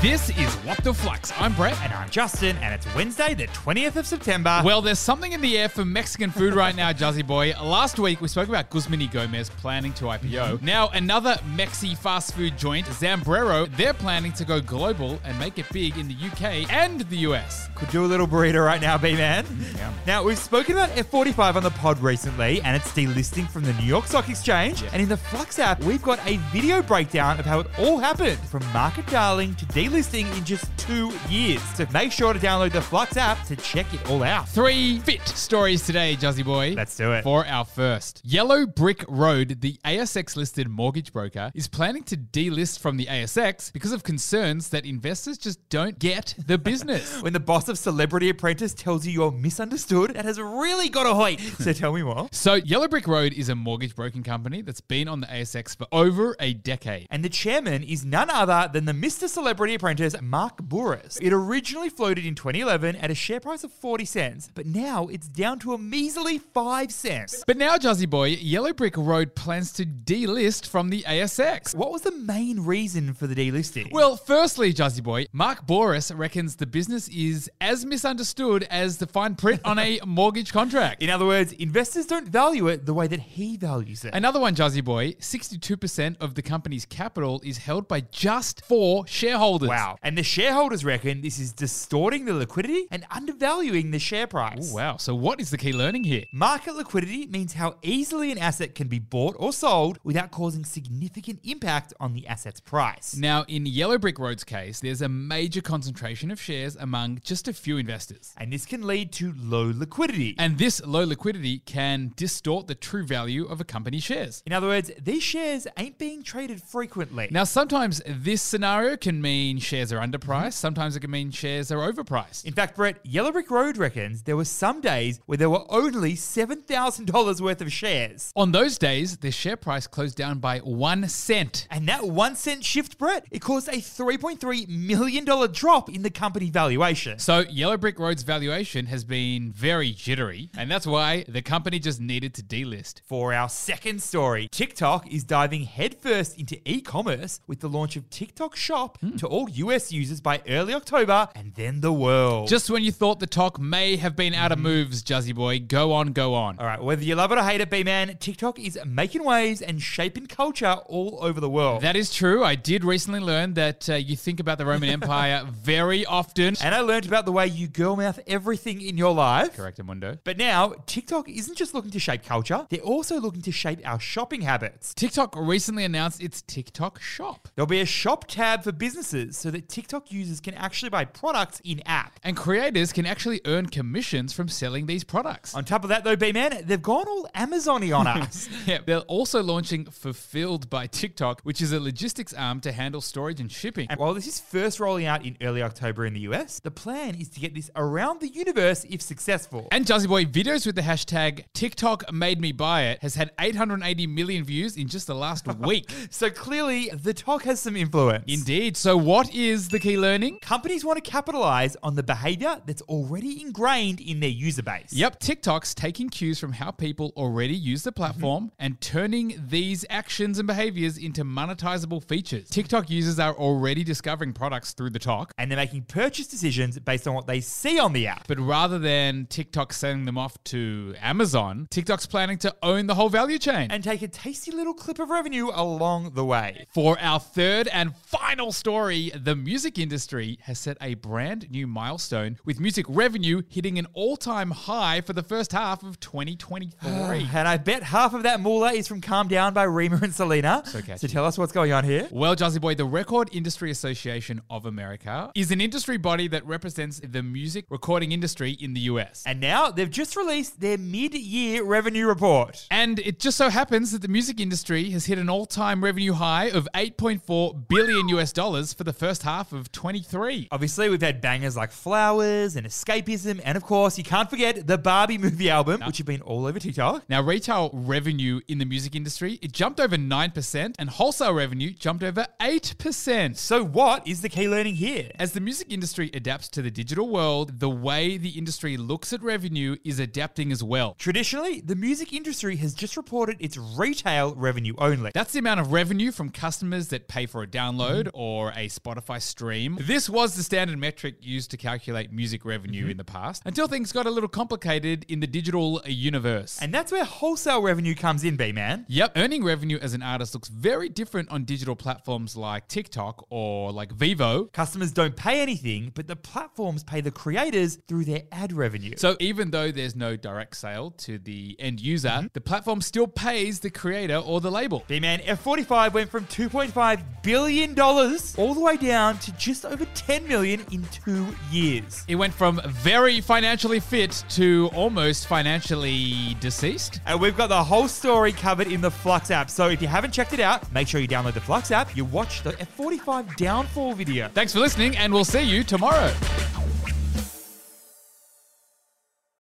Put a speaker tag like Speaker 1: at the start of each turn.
Speaker 1: This is What the Flux. I'm Brett.
Speaker 2: And I'm Justin, and it's Wednesday, the 20th of September.
Speaker 1: Well, there's something in the air for Mexican food right now, Jazzy Boy. Last week, we spoke about Guzman y Gomez planning to IPO. Now, another Mexi fast food joint, Zambrero, they're planning to go global and make it big in the UK and the US.
Speaker 2: could do a little burrito right now, B Man.
Speaker 1: yeah.
Speaker 2: Now, we've spoken about F45 on the pod recently, and it's delisting from the New York Stock Exchange.
Speaker 1: Yeah.
Speaker 2: And in the Flux app, we've got a video breakdown of how it all happened from market darling to delisting in just two years. So make sure to download the Flux app to check it all out.
Speaker 1: Three fit stories today, Jazzy Boy.
Speaker 2: Let's do it.
Speaker 1: For our first, Yellow Brick Road, the ASX listed mortgage broker, is planning to delist from the ASX because of concerns that investors just don't get the business.
Speaker 2: When the boss of Celebrity Apprentice tells you you're misunderstood, that has really got a hoit. so tell me more.
Speaker 1: So, Yellow Brick Road is a mortgage broking company that's been on the ASX for over a decade.
Speaker 2: And the chairman is none other than the Mr. Celebrity Apprentice, Mark Burris. It originally floated in 2011 at a share price of 40 cents, but now it's down to a measly 5 cents.
Speaker 1: But now, Jazzy Boy, Yellow Brick Road plans to delist from the ASX.
Speaker 2: What was the main reason for the delisting?
Speaker 1: Well, firstly, Jazzy Boy, Mark Boris reckons the business is as misunderstood as the fine print on a mortgage contract.
Speaker 2: in other words, investors don't value it the way that he values it.
Speaker 1: Another one, Jazzy Boy, 62% of the company's capital is held by just four shareholders.
Speaker 2: Wow. And the shareholders reckon this is distorting the liquidity and undervaluing the share price.
Speaker 1: Ooh, wow. So, what is the key learning here?
Speaker 2: Market liquidity means how easily an asset can be bought or sold without causing significant impact on the asset's price.
Speaker 1: Now, in Yellow Brick Road's case, there's a major concentration of shares among just a few investors.
Speaker 2: and this can lead to low liquidity.
Speaker 1: And this low liquidity can distort the true value of a company's shares.
Speaker 2: in other words, these shares ain't being traded frequently.
Speaker 1: Now, sometimes this scenario can mean shares are underpriced, sometimes it can mean shares are overpriced.
Speaker 2: in fact, Brett, Yellow Brick Road reckons there were some days where there were only $7,000 worth of shares.
Speaker 1: On those days, the share price closed down by one cent.
Speaker 2: And that one cent shift, Brett, it caused a $3.3 million drop in the company valuation.
Speaker 1: So, Yellow Brick Road's valuation has been very jittery, and that's why the company just needed to delist.
Speaker 2: For our second story, TikTok is diving headfirst into e commerce with the launch of TikTok Shop to all US users by early October and then the world.
Speaker 1: Just when you thought the talk may have been out of moves, Juzzy Boy, go on, go on.
Speaker 2: All right, whether you love it or hate it, B Man, TikTok is making waves and shaping culture all over the world.
Speaker 1: That is true. I did recently learn that uh, you think about the Roman Empire very often.
Speaker 2: and I learned about the way you girl mouth everything in your life.
Speaker 1: Correct, Amundo.
Speaker 2: But now, TikTok isn't just looking to shape culture, they're also looking to shape our shopping habits.
Speaker 1: TikTok recently announced its TikTok shop
Speaker 2: There'll be a shop tab for businesses so that TikTok users can actually buy products in app.
Speaker 1: and creators can actually earn commissions from selling these products.
Speaker 2: On top of that, though, B Man, they've gone all Amazon y on us.
Speaker 1: Yeah, they're also launching Fulfilled by TikTok, which is a logistics arm to handle storage and shipping.
Speaker 2: And while this is first rolling out in early October in the US, the plan is to get this around the universe if successful.
Speaker 1: And Jazzy Boy, videos with the hashtag TikTok made me buy it has had 880 million views in just the last week.
Speaker 2: So clearly, the talk has some influence.
Speaker 1: Indeed. So, what is the key learning?
Speaker 2: Companies want to capitalize on the behavior that's already ingrained in their user base.
Speaker 1: Yep, TikTok's taking cues from how people already use the platform and turning these actions and behaviors into monetizable features. TikTok users are already discovering products through the talk,
Speaker 2: And they're making purchase decisions based on what they see on the app.
Speaker 1: but rather than TikTok selling them off to Amazon, TikTok's planning to own the whole value chain.
Speaker 2: And take a tasty little clip of revenue along the way.
Speaker 1: For our third and final story, the music industry has set a brand new milestone with music revenue hitting an all time high for the first half of 2023.
Speaker 2: And I bet half of that moolah is from Calm Down by Rima and Selena. So,
Speaker 1: catchy.
Speaker 2: tell us what's going on here.
Speaker 1: Well, Jazzy Boy, the Record Industry Association of America is an industry body that represents the music recording industry in the US.
Speaker 2: And now they've just released their mid year revenue report.
Speaker 1: And it just so happens that the music industry has hit an all time revenue high of 8.4 billion US dollars for the first half of 23.
Speaker 2: Obviously, we've had bangers like Flowers and Escapism, and of course, you can't forget the Barbie movie album, which have been all over TikTok.
Speaker 1: Now, retail revenue in the music industry, it jumped over 9%, and wholesale revenue jumped over 8%.
Speaker 2: So, what is the key learning here?
Speaker 1: As the music industry adapts to the digital world, the way the industry looks at revenue is adapting as well.
Speaker 2: Traditionally, the music industry has just reported its retail revenue only.
Speaker 1: That's the amount of revenue from customers that pay for a download or a Spotify stream. This was the standard metric used to calculate music revenue in the past until things got a little complicated in the digital uh, universe.
Speaker 2: And that's where wholesale revenue comes in, B man.
Speaker 1: Yep, earning revenue as an artist looks very different on digital platforms like TikTok or like Vivo.
Speaker 2: Customers don't pay anything, but the platforms pay the creators through their ad revenue.
Speaker 1: So even though there's no direct sale to the end user, the platform still pays the creator or the label.
Speaker 2: B Man, F45 went from $2.5 billion all the way down to just over 10 million in two years.
Speaker 1: It went from very financially fit to almost financially deceased.
Speaker 2: And we've got the whole story covered in the Flux app. So if you haven't checked it out, make sure you download the Flux app, you watch the F45 downfall video.
Speaker 1: Thanks for listening, and we'll see you tomorrow.